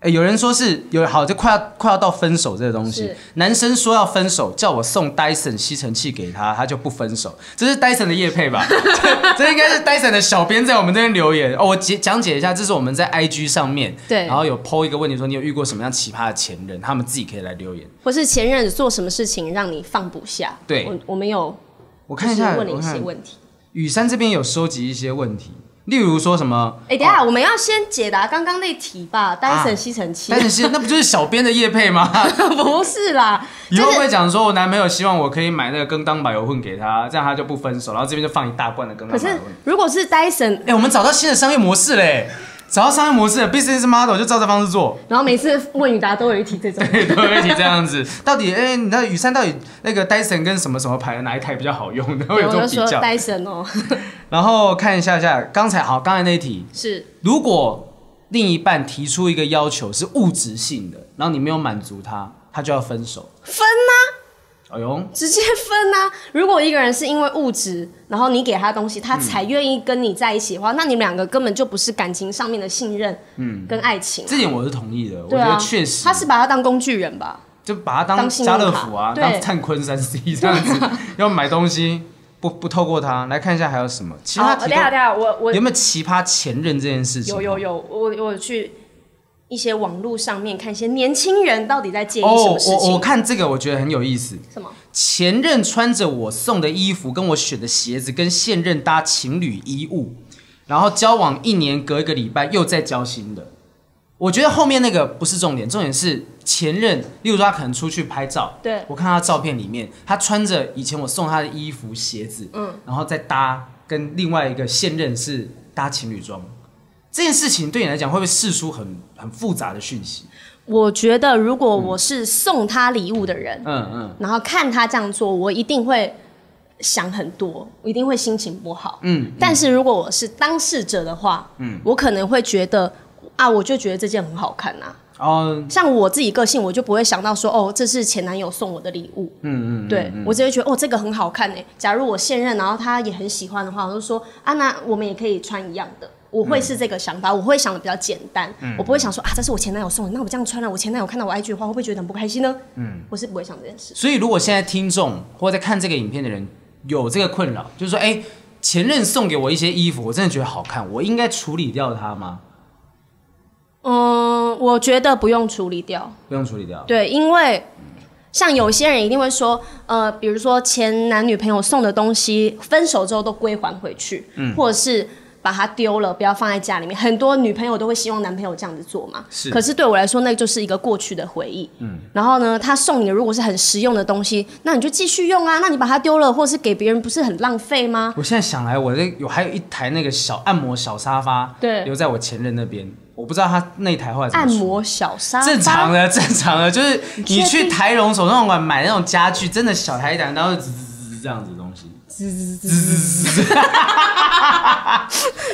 诶有人说是有好，就快要快要到分手这个东西是。男生说要分手，叫我送 Dyson 吸尘器给他，他就不分手。这是 Dyson 的叶配吧？ 这这应该是 Dyson 的小编在我们这边留言哦。我解讲解一下，这是我们在 IG 上面，对然后有 PO 一个问题说你有遇过什么样奇葩的前任，他们自己可以来留言。或是前任做什么事情让你放不下？对我我们有我就看一是下，问了我一些看问题。雨山这边有收集一些问题，例如说什么哎、等一下、我们要先解答刚刚那题吧，单哦啊省吸尘器。 Dyson 吸，那不就是小编的叶配吗？ 不是啦， 以后会就不是会讲说，我男朋友希望我可以买那个羹当百油混给他，这样他就不分手，然后这边就放一大罐的羹可当百是油混。如果是 Dyson，哎、我们找到新的商业模式嘞，找到商业模式了，business model 就照这方式做，。然后每次问与答都有一题这种 对，都一起这样 子。到底，哎、你的雨伞到底那个 Dyson 跟什么什么牌的哪一台比较好用？然后 对有我这就种比说较。 Dyson 哦， 然后看一下下刚才好，刚才那一题，是如果另一半提出一个要求是物质性的，然后你没有满足他，他就要分手。分呐、哎呦，直接分呐、如果一个人是因为物质，然后你给他东西，他才愿意跟你在一起的话，那你们两个根本就不是感情上面的信任，嗯，跟爱情。这点我是同意的，我对觉得啊，确实他是把他当工具人吧？就把它当当信家用乐卡福啊，对当灿坤三 C 这样子，要买东西不不透过它来看一下还有什么其好，他哦等提一下等一到下，我我有没有奇葩前任这件事情？有有有，我我有去一些网络上面看一些年轻人到底在介意什哦么，事我我情？看这个我觉得很有意思。什么？前任穿着我送的衣服，跟我选的鞋子，跟现任搭情侣衣物，然后交往一年，隔一个礼拜又再交新的。我觉得后面那个不是重点，重点是前任，例如说他可能出去拍照，对我看他照片里面，他穿着以前我送他的衣服、鞋子，嗯，然后再搭跟另外一个现任是搭情侣装，这件事情对你来讲会不会释出很很复杂的讯息？我觉得如果我是送他礼物的人，嗯嗯然后看他这样做，我一定会想很多，我一定会心情不好。嗯，但是如果我是当事者的话，嗯，我可能会觉得啊，我就觉得这件很好看呐、哦，像我自己个性，我就不会想到说哦，这是前男友送我的礼物。嗯嗯，对我只会觉得哦，这个很好看哎。假如我现任，然后他也很喜欢的话，我就说啊，那我们也可以穿一样的。我会是这个想法，我会想的比较简单，嗯我不会想说啊，这是我前男友送的，那我这样穿啊了，我前男友看到我 IG 的话，会不会觉得很不开心呢？嗯，我是不会想这件事。所以，如果现在听众或在看这个影片的人有这个困扰，就是说，哎、前任送给我一些衣服，我真的觉得好看，我应该处理掉它吗？嗯，我觉得不用处理掉，不用处理掉。对，因为像有些人一定会说，呃，比如说前男女朋友送的东西，分手之后都归还回去，嗯或者是把它丢了，不要放在家里面。很多女朋友都会希望男朋友这样子做嘛。是可是对我来说，那就是一个过去的回忆。嗯。然后呢，他送你的如果是很实用的东西，那你就继续用啊。那你把它丢了，或是给别人，不是很浪费吗？我现在想来，我这有还有一台那个小按摩小沙发，对留在我前任那边，我不知道他那台后来怎么按处理摩小沙发，正常的，正常的，就是你确去定台龙手上馆买那种家具，真的小台一点，然后滋滋滋这样子的东西，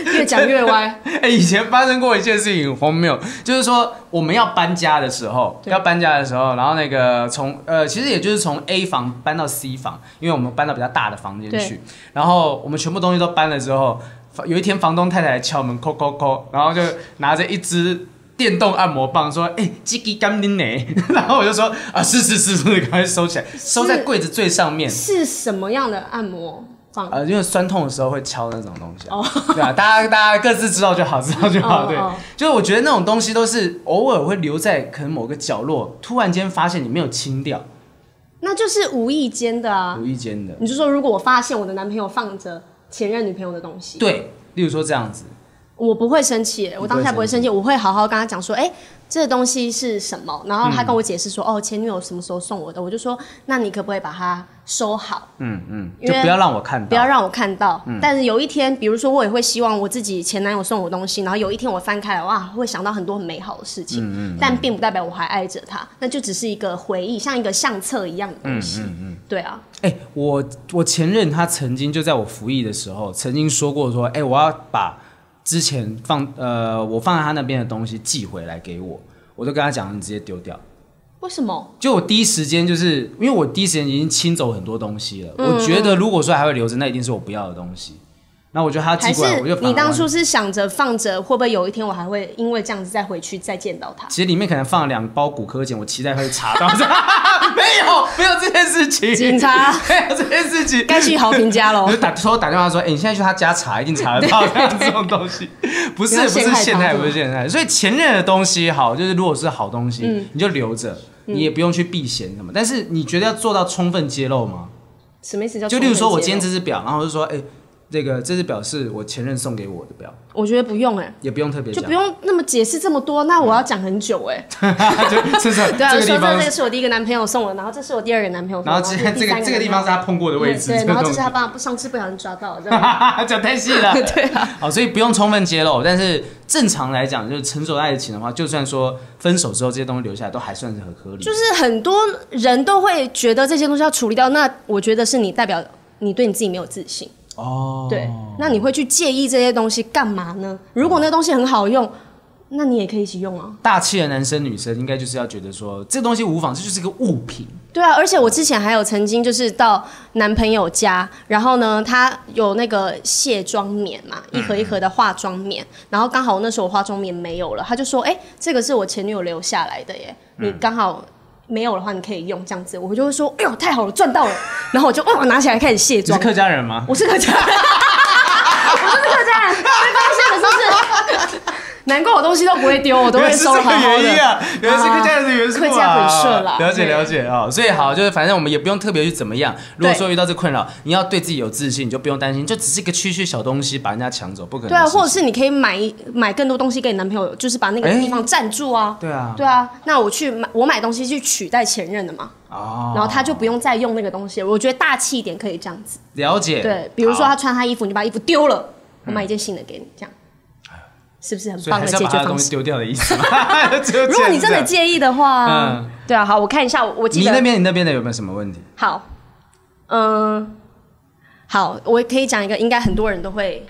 越讲越歪。 哎、以前发生过一件事情很荒谬，就是说我们要搬家的时候，对要搬家的时候，然后那个从呃，其实也就是从 A 房搬到 C 房，因为我们搬到比较大的房间去对，然后我们全部东西都搬了之后，房有一天房东太太来敲门，叩叩叩，然后就拿着一支。电动按摩棒说：“哎、叽叽干拎呢？” 然后我就说：“啊，是是是是，赶快收起来，收在柜子最上面。”是什么样的按摩方呃，因为酸痛的时候会敲那种东西、啊，对啊，大家大家各自知道就好，知道就好。哦对哦，就是我觉得那种东西都是偶尔会留在可能某个角落，突然间发现你没有清掉，那就是无意间的啊。无意间的，你就说，如果我发现我的男朋友放着前任女朋友的东西，对，例如说这样子，我不会生气耶，不会我当下不会生气，我会好好跟他讲说，哎、这东西是什么？然后他跟我解释说，哦，前女友什么时候送我的？我就说，那你可不可以把它收好，嗯嗯，因就为不要让我看不要到，让我看到？但是有一天，比如说我也会希望我自己前男友送我东西，然后有一天我翻开来，哇，会想到很多很美好的事情，但并不代表我还爱着他，那就只是一个回忆，像一个相册一样的东西。对啊，哎、我我前任他曾经就在我服役的时候，曾经说过说，哎、我要把之前放呃我放在他那边的东西寄回来给我，我就跟他讲，你直接丢掉。为什么？就我第一时间就是因为嗯我第一时间已经清走很多东西了，我觉得如果说还会留着，那一定是我不要的东西。然后我觉得他还寄是过来，我就反你当完初是想着放着，会不会有一天我还会因为这样子再回去再见到他？其实里面可能放了两包骨科碱，我期待他会查到， 没有没有这件事情，警察 没有这件事情，该去好评家喽 我就。打偷偷打电话说，哎、你现在去他家查，一定查得 到这种东西。不是不要不是陷害陷他害，是吗不是陷害。所以前任的东西好，就是如果是好东西，嗯你就留着，你也不用去避嫌什么。但是你觉得要做到充分揭露吗？什么意思叫就例充分如接受？说我今天这只表，然后我就说，哎、这个这只表是我前任送给我的表，我觉得不用哎，也不用特别就讲不，用那么解释这么多，那我要讲很久哎。 就这是对啊，嗯这个地我说这这方个。是我第一个男朋友送我，然后这是我第二个男朋友送然我，后这然后这第三个这个地男朋友方是他碰过的位置，对，这个然后东这西是他爸上次不小心抓到的，这 样讲太细了。 对啊，哦，所以不用充分揭露，但是正常来讲，就是成熟的爱情的话，就算说分手之后这些东西留下来，都还算是很合理。就是很多人都会觉得这些东西要处理掉，那我觉得是你代表你对你自己没有自信，哦，对，那你会去介意这些东西干嘛呢？如果那东西很好用，那你也可以一起用啊。大气的男生女生应该就是要觉得说，这东西无妨，这就是个物品。对啊，而且我之前还有曾经就是到男朋友家，然后呢，他有那个卸妆棉嘛，一盒一盒的化妆棉，然后刚好那时候我化妆棉没有了，他就说：“哎、这个是我前女友留下来的耶，嗯你刚好没有的话，你可以用这样子。”我就会说：“哎呦，太好了，赚到了！”然后我就哇拿起来开始卸你是妆，客家人吗？我是客家人，我就是客家人，被发现了是不是？ 难怪我东西都不会丢，我都原会来是收这好个好原因的。啊，原来是客家人的元素啊，客家本色啦了解对了解啊、哦，所以好，就是反正我们也不用特别去怎么样。如果对说遇到这困扰，你要对自己有自信，你就不用担心，就只是一个区区小东西把人家抢走，不可能对啊，的事情。或者是你可以买一买更多东西给你男朋友，就是把那个哎地方占住啊。对啊，对啊，那我去买我买东西去取代前任的嘛，哦，然后他就不用再用那个东西了。我觉得大气一点可以这样子，了解。对，比如说好嗯他穿他衣服，你就把衣服丢了，我买一件新的给你，这样是不是很哎所以棒还的是要把解决他的方东式西？丢掉的意思吗？ 如如果你真的，介意的话，嗯对啊，好，我看一下，我我记你得那边你那边的有没有什么问题？好，嗯，好，我可以讲一个应该很多人都会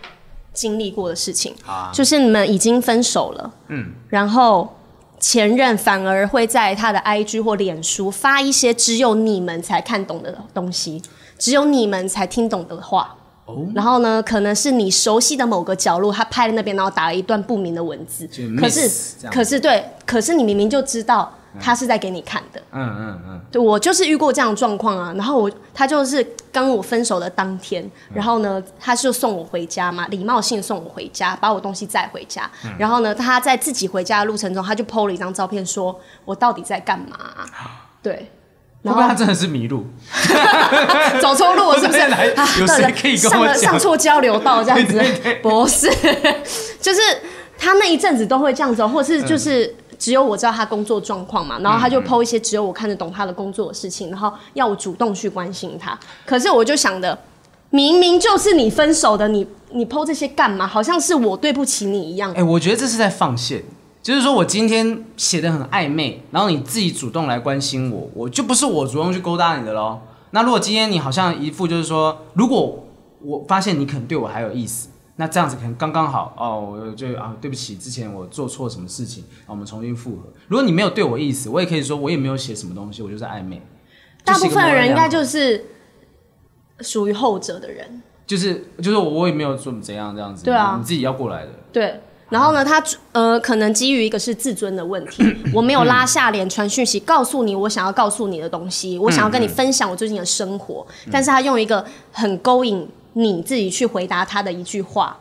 经历过的事情，好啊就是你们已经分手了，嗯嗯，然后前任反而会在他的 IG 或脸书发一些只有你们才看懂的东西，只有你们才听懂的话。哦然后呢，可能是你熟悉的某个角落，他拍了那边，然后打了一段不明的文字就，可 miss 这是样可是对，可是你明明就知道他是在给你看的，嗯嗯嗯，对我就是遇过这样的状况啊，然后我他就是跟我分手的当天，嗯然后呢，他就送我回家嘛，礼貌性送我回家，把我东西载回家。嗯然后呢，他在自己回家的路程中，他就 PO 了一张照片，说我到底在干嘛啊、对，会然不会他后真的是迷路？ 走错路了是不是？我在哪里啊有谁到底可以跟上我了讲上错交流道这样子对对对？不是， 就是他那一阵子都会这样子哦，或者是就是。嗯只有我知道他工作状况嘛，然后他就剖一些只有我看得懂他的工作的事情，然后要我主动去关心他。可是我就想的，明明就是你分手的，你你剖这些干嘛？好像是我对不起你一样哎、。我觉得这是在放线，就是说我今天写的很暧昧，然后你自己主动来关心我，我就不是我主动去勾搭你的喽。那如果今天你好像一副就是说，如果我发现你可能对我还有意思，那这样子可能刚刚好哦，我就啊对不起，之前我做错什么事情，啊我们重新复合。如果你没有对我意思，我也可以说我也没有写什么东西，我就是暧昧。大部分的人应该就就是属于后者的人。是一个模棱两可就是就是我我也没有做怎样这样子，对啊你自己要过来的。对，然后呢，他呃，可能基于一个是自尊的问题，我没有拉下脸传讯息告诉你我想要告诉你的东西，我想要跟你分享我最近的生活，但是他用一个很勾引你自己去回答他的一句话。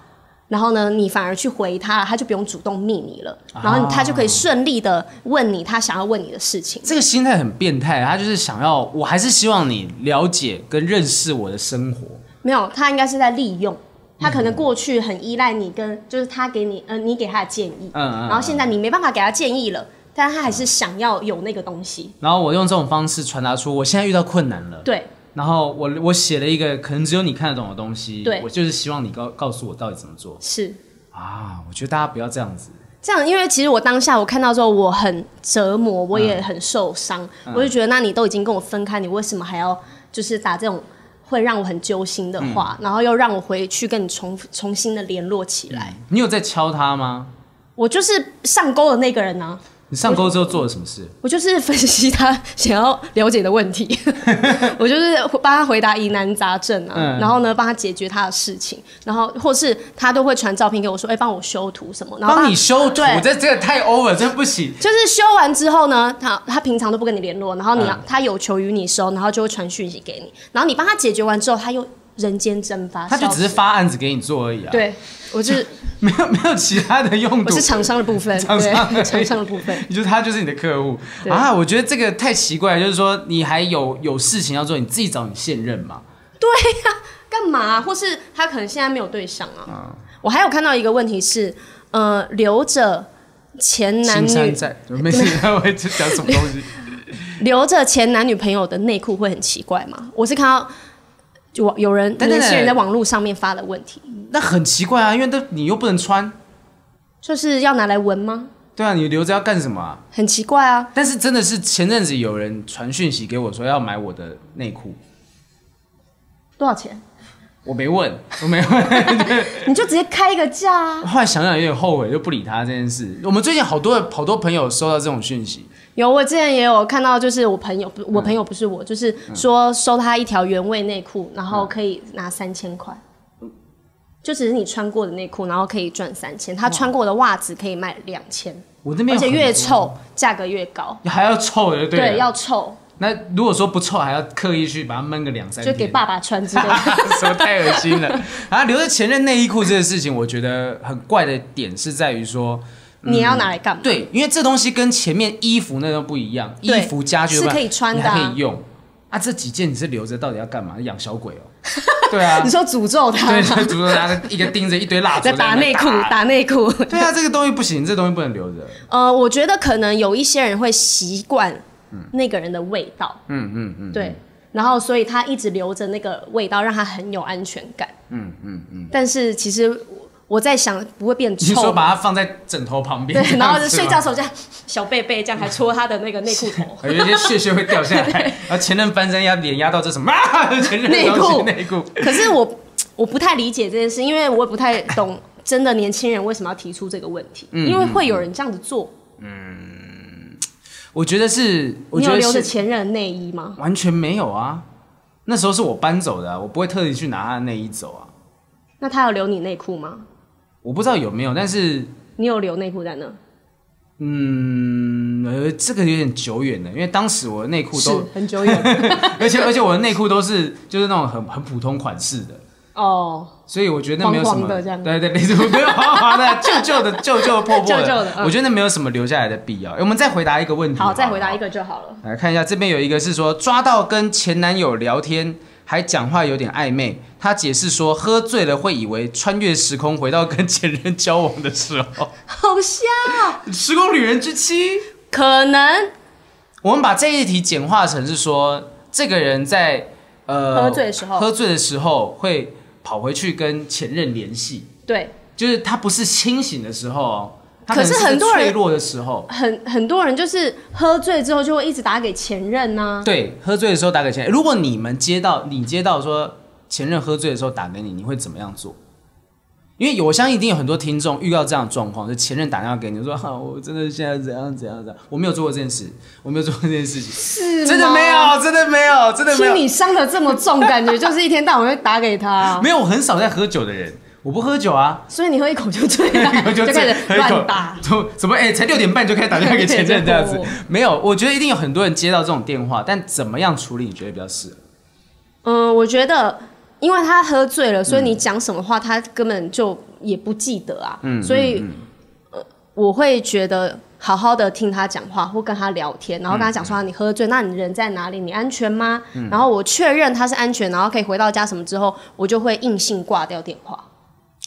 然后呢，你反而去回他，他就不用主动密你了，然后他就可以顺利的问你他想要问你的事情。这个心态很变态，他就是想要，我还是希望你了解跟认识我的生活。没有，他应该是在利用。嗯他可能过去很依赖你跟，就是他给你，呃，你给他的建议，嗯嗯嗯然后现在你没办法给他建议了，但他还是想要有那个东西，然后我用这种方式传达出我现在遇到困难了，对然后我我写了一个可能只有你看得懂的东西，对我就是希望你告告诉我到底怎么做是啊！我觉得大家不要这样子，这样。因为其实我当下我看到之后，我很折磨，我也很受伤，嗯我就觉得，那你都已经跟我分开，你为什么还要就是打这种会让我很揪心的话，嗯然后又让我回去跟你重重嗯新的联络起来？你有在敲他吗？我就是上钩的那个人呢、啊你上钩之后做了什么事？我就是分析他想要了解的问 题，我就是帮他回答疑难杂症啊，嗯然后呢帮他解决他的事情，然后或是他都会传照片给我说，哎、帮我修图什么，然后帮你修图啊对，这这个太 over，这不行。就是修完之后呢，他他平常都不跟你联络，然后你要、他有求于你的时候，然后就会传讯息给你，然后你帮他解决完之后，他又人间蒸发，他就消只是失发案子给你做而已啊，对我 就是没有没有其他的用我途是。厂商的部分，厂商而对已厂商的部分，你就他就是你的客户对啊！我觉得这个太奇怪，就是说你还有有事情要做，你自己找你现任嘛。干嘛、或是他可能现在没有对象啊？我还有看到一个问题是，呃，留着前男青山女在，没事，我会讲什么东西？留着前男女朋友的内裤会很奇怪吗？我是看到有有人等等年轻人在网络上面发的问题，那很奇怪啊，因为那你又不能穿，就是要拿来闻吗？对啊，你留着要干什么啊？很奇怪啊。但是真的是前阵子有人传讯息给我说要买我的内裤，多少钱？我没问，我没问。 你就直接开一个价啊！后来想想有点后悔，就不理他这件事。我们最近好多的好多朋友收到这种讯息，有，我之前也有看到，就是我朋友，不，嗯我朋友不是我，就是说收他一条原味内裤，嗯然后可以拿三千块，就只是你穿过的内裤，然后可以赚三千。他穿过的袜子可以卖两千，我那边而有且很多越臭价格越高。还要臭的，对了。啊要臭那如果说不臭，还要刻意去把它闷个两三就天，给爸爸穿之类 的。什么太恶心了。啊，留着前任内衣裤这个事情，我觉得很怪的点是在于说，你要拿来干嗯嘛？对，因为这东西跟前面衣服那都不一样，衣对服家具是不一样可以穿的你啊还可以用。啊，这几件你是留着，到底要干嘛？养小鬼 哦？对啊你，说诅咒他对，吗就 主动拿着一个钉子，一堆蜡烛在打内裤，打打内裤。对啊，这个东西不行，这东西不能留着。呃，我觉得可能有一些人会习惯那个人的味道，嗯嗯嗯，对，然后所以他一直留着那个味道，让他很有安全感。嗯嗯嗯。但是其实我我在想，不会变你是说臭吗。把它放在枕头旁 边，对，这样然后就子吗睡觉的时候这样，小贝贝这样还戳他的那个内裤 头哎，有一些屑屑会掉下 来，然后前任翻身压脸压到这什么 啊？前任的东西内裤，可是我我不太理解这件事，因为我也不太懂真的年轻人为什么要提出这个问题，嗯因为会有人这样子做。我觉得是，我你觉有留得着是前任的内衣吗？完全没有啊。那时候是我搬走的啊、我不会特地去拿他的内衣走啊。那他有留你内裤吗？我不知道有没有，但是你有留内裤在那？嗯，呃，这个有点久远了，因为当时我的内裤是都，很久远而且而且我的内裤都是就是那种很很普通款式的，哦，所以我觉得那没有什黄么，黄的这样对对，类似没有黄黄的，旧旧的、旧旧的、破破的，旧旧的嗯我觉得那没有什么留下来的必要。我们再回答一个问题，好，再回一答个。一个就好了。来看一下，这边有一个是说抓到跟前男友聊天，还讲话有点暧昧。他解释说，喝醉了会以为穿越时空回到跟前任交往的时候，好笑，时空旅人之妻。可能我们把这一题简化成是说，这个人在呃喝醉的时候喝醉的时候会跑回去跟前任联系，对，就是他不是清醒的时候哦，他可是能很多人脆弱的时候。很很多人就是喝醉之后就会一直打给前任啊呐、对，喝醉的时候打给前任。如果你们接到你接到说前任喝醉的时候打给你，你会怎么样做？因为有我相信一定有很多听众遇到这样的状况，就前任打电话给你说：“哈、 哦我真的现在怎样怎样怎样。”我没有做过这件事，我没有做过这件事情，是真的吗没有，真的没有，真的没心有，里伤的这么重，感觉就是一天到晚会打给他， 没有。我很少在喝酒的人，我不喝酒啊，所以你喝一口就醉了，就开这始乱打。，，就什么哎、才六点半就开始打电话给前任这样子没有。我觉得一定有很多人接到这种电话，但怎么样处理你觉得比较适合？嗯，我觉得，因为他喝醉了，所以你讲什么话，他根本就也不记得啊。所以、呃，我会觉得好好的听他讲话，或跟他聊天，然后跟他讲说、啊你喝醉，那你人在哪里？你安全吗？然后我确认他是安全，然后可以回到家什么之后，我就会硬性挂掉电话。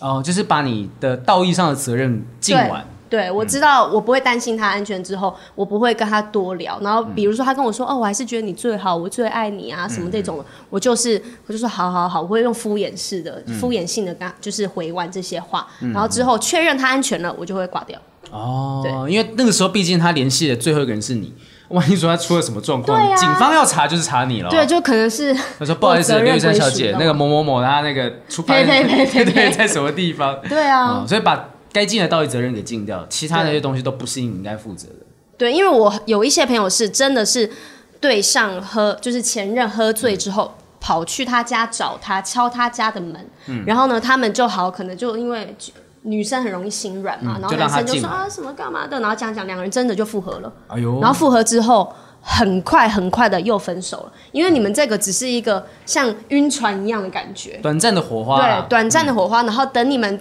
哦，就是把你的道义上的责任尽完。对，对我知道，我不会担心他安全之后，我不会跟他多聊。然后比如说他跟我说，哦，我还是觉得你最好，我最爱你啊，什么这种，我就是我就说好好好，我会用敷衍式的、敷衍性的跟他就是回完这些话，然后之后确认他安全了，我就会挂掉。哦，因为那个时候毕竟他联系的最后一个人是你，万一说他出了什么状况，对啊警方要查就是查你了。对，，就可能是 他说不好意思，我责任刘雨珊小归属姐的，那个某某某他那个出发呸呸呸呸对对，呸？在什么地方对啊，哦所以把该尽的道义责任给尽掉，其他那些东西都不是你应该负责的。对，因为我有一些朋友是真的是对上喝，就是前任喝嗯醉之后。跑去他家找他，敲他家的门，嗯然后呢，他们就好，可能就因为女生很容易心软嘛，嗯然后就男让他生就进说来啊什么干嘛的，然后讲讲，两个人真的就复合了。哎呦，然后复合之后，很快很快的又分手了，因为你们这个只是一个像晕船一样的感觉，短暂的火花啦嗯对，短暂的火花，然后等你们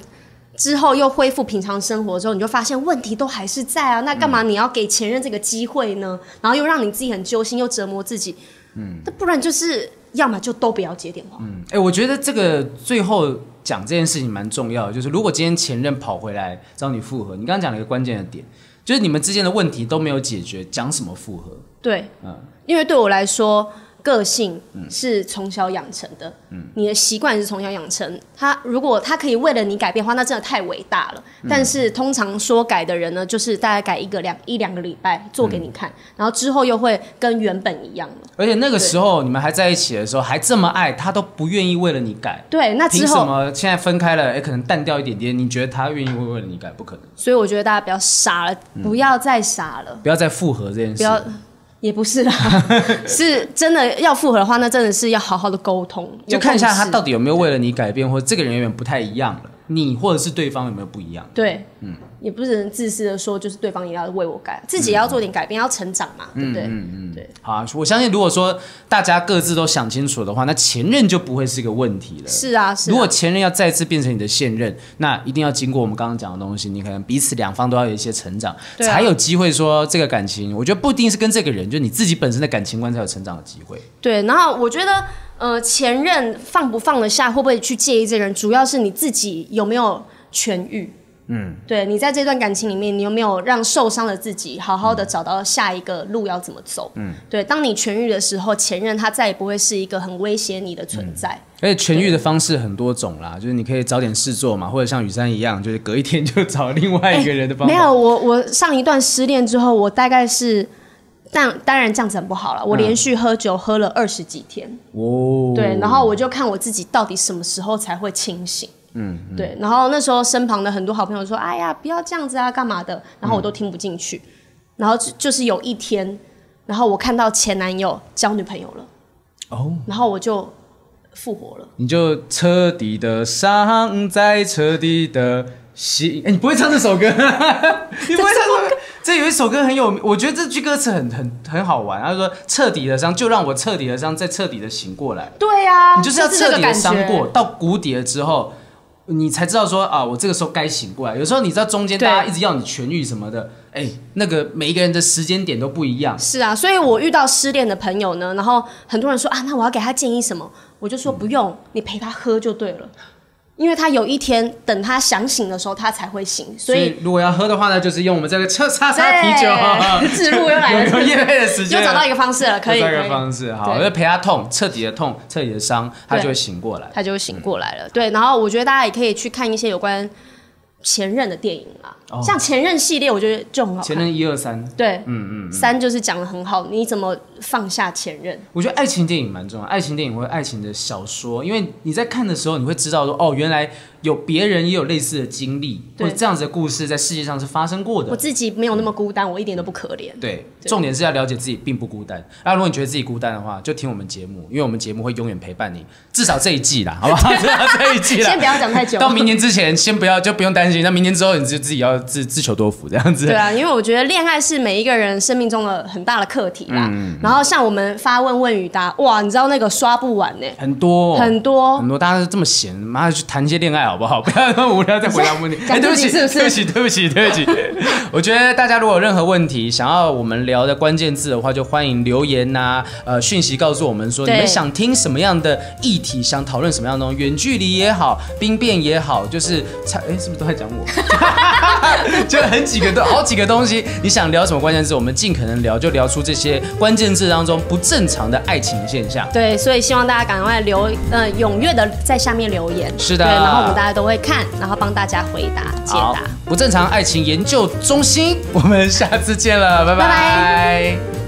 之后又恢复平常生活之后，你就发现问题都还是在啊，那干嗯嘛你要给前任这个机会呢？然后又让你自己很揪心，又折磨自己，嗯，那不然就是要么就都不要接电话，嗯，哎、我觉得这个最后讲这件事情蛮重要的，就是如果今天前任跑回来找你复合，你刚刚讲了一个关键的点，就是你们之间的问题都没有解决，讲什么复合？对，嗯因为对我来说。个性是从小养成的，嗯你的习惯是从小养成。他如果他可以为了你改变的话，那真的太伟大了。嗯但是通常说改的人呢，就是大概改一个两一两个礼拜做给你看，然后之后又会跟原本一样了。而且那个时候你们还在一起的时候还这么爱，他都不愿意为了你改，对，那凭之什后，么现在分开了，哎、可能淡掉一点点，你觉得他愿意会为了你改？不可能，所以我觉得大家不要傻了，不要再傻了，嗯不要再复合这件事。不要，也不是啦， 是真的要复合的话，那真的是要好好的沟通，就看一下他到底底有没有为了你改变，或者这个人有点不太一样了，你或者是对方有没有不一样？对，嗯，也不是能自私的说，就是对方也要为我改，自己也要做点改变，要成长嘛，对不对？对，好、啊，我相信如果说大家各自都想清楚的话，那前任就不会是一个问题了。是啊，是啊。如果前任要再次变成你的现任，那一定要经过我们刚刚讲的东西，你可能彼此两方都要有一些成长，对啊才有机会说这个感情。我觉得不一定是跟这个人，就你自己本身的感情观才有成长的机会。对，然后我觉得，呃，前任放不放得下，会不会去介意这个人，主要是你自己有没有痊愈。嗯，对你在这段感情里面，你有没有让受伤的自己好好的找到下一个路要怎么走？嗯，对，当你痊愈的时候，前任他再也不会是一个很威胁你的存在。而且痊愈的方式很多种哎啦，就是你可以找点事做嘛，或者像雨珊一样，就是隔一天就找另外一个人的方法。哎没有，我我上一段失恋之后，我大概是，但当然这样子很不好嗯了，我连续喝酒喝了二十几天。哦，对，然后我就看我自己到底什么时候才会清醒。嗯，对。然后那时候身旁的很多好朋友说：“哎呀，不要这样子啊，干嘛的？”然嗯后我都听不进去。然后就就是有一天，然后我看到前男友交女朋友了，哦，然后我就复活了。你就彻底的伤，再彻底的心。 哎、你不会唱这首歌，你不会唱这首歌。这有一首歌很有名，我觉得这句歌词很很很好玩。他说：“彻底的伤，就让我彻底的伤，再彻底的醒过来。对呀、啊，你就是要彻这底个的感伤觉。过，到谷底了之后，你才知道说啊，我这个时候该醒过来。有时候你知道中间对大家一直要你痊愈什么的，哎、那个每一个人的时间点都不一样。是啊，所以我遇到失恋的朋友呢，然后很多人说啊，那我要给他建议什么？我就说嗯不用，你陪他喝就对了，因为他有一天等他想醒的时候，他才会醒，所所以以如果要喝的话呢，就是用我们这个叉叉叉啤酒。对自录又来 有了，有夜配的时间啊又了，找到一个方式了，可以，这可个以方式好，对就陪他痛，彻底的痛，彻底的伤，他就会醒过来。哎他就会醒过来了。对，然后我觉得大家也可以去看一些有关前任的电影啦，像前任系列，我觉得就很好哦前看。任一二三，对，嗯嗯，三就是讲的很好，你怎么放下前任？我觉得爱情电影蛮重要，爱情电影或者爱情的小说，因为你在看的时候，你会知道说，哦，原来有别人也有类似的经历，对或者这样子的故事在世界上是发生过我的。自己没有那么孤单，我一点都不可怜。对，重点是要了解自己并不孤单。那、如果你觉得自己孤单的话，就听我们节目，因为我们节目会永远陪伴你，至少这一季啦，好不好？至少 这一季啦。先不要讲太久，到明年之前，先不要就不用担心。那明年之后，你就自己要自自求多福这样子。对啊，因为我觉得恋爱是每一个人生命中的很大的课题啦。嗯然后像我们发问问与答，哇，你知道那个刷不完呢、很多哦很多很多，大家都这么闲，妈的去谈一些恋爱好不 好？不要那么无聊再回答问题。 讲对不自己起，是不是对不起，对不起，对不起。我觉得大家如果有任何问题想要我们聊的关键字的话，就欢迎留言呐、呃，讯息告诉我们说你对们想听什么样的议题，想讨论什么样的东西，远距离也好，兵变也好，就是差哎，是不是都在讲我？ 就很几个都好几个东西，你想聊什么关键字，我们尽可能聊，就聊出这些关键字当中不正常的爱情现象。对，所以希望大家赶快留，呃，踊跃的在下面留言。是的对，然后我们大家都会看，然后帮大家回答解好答。不正常爱情研究中心，我们下次见了，拜拜拜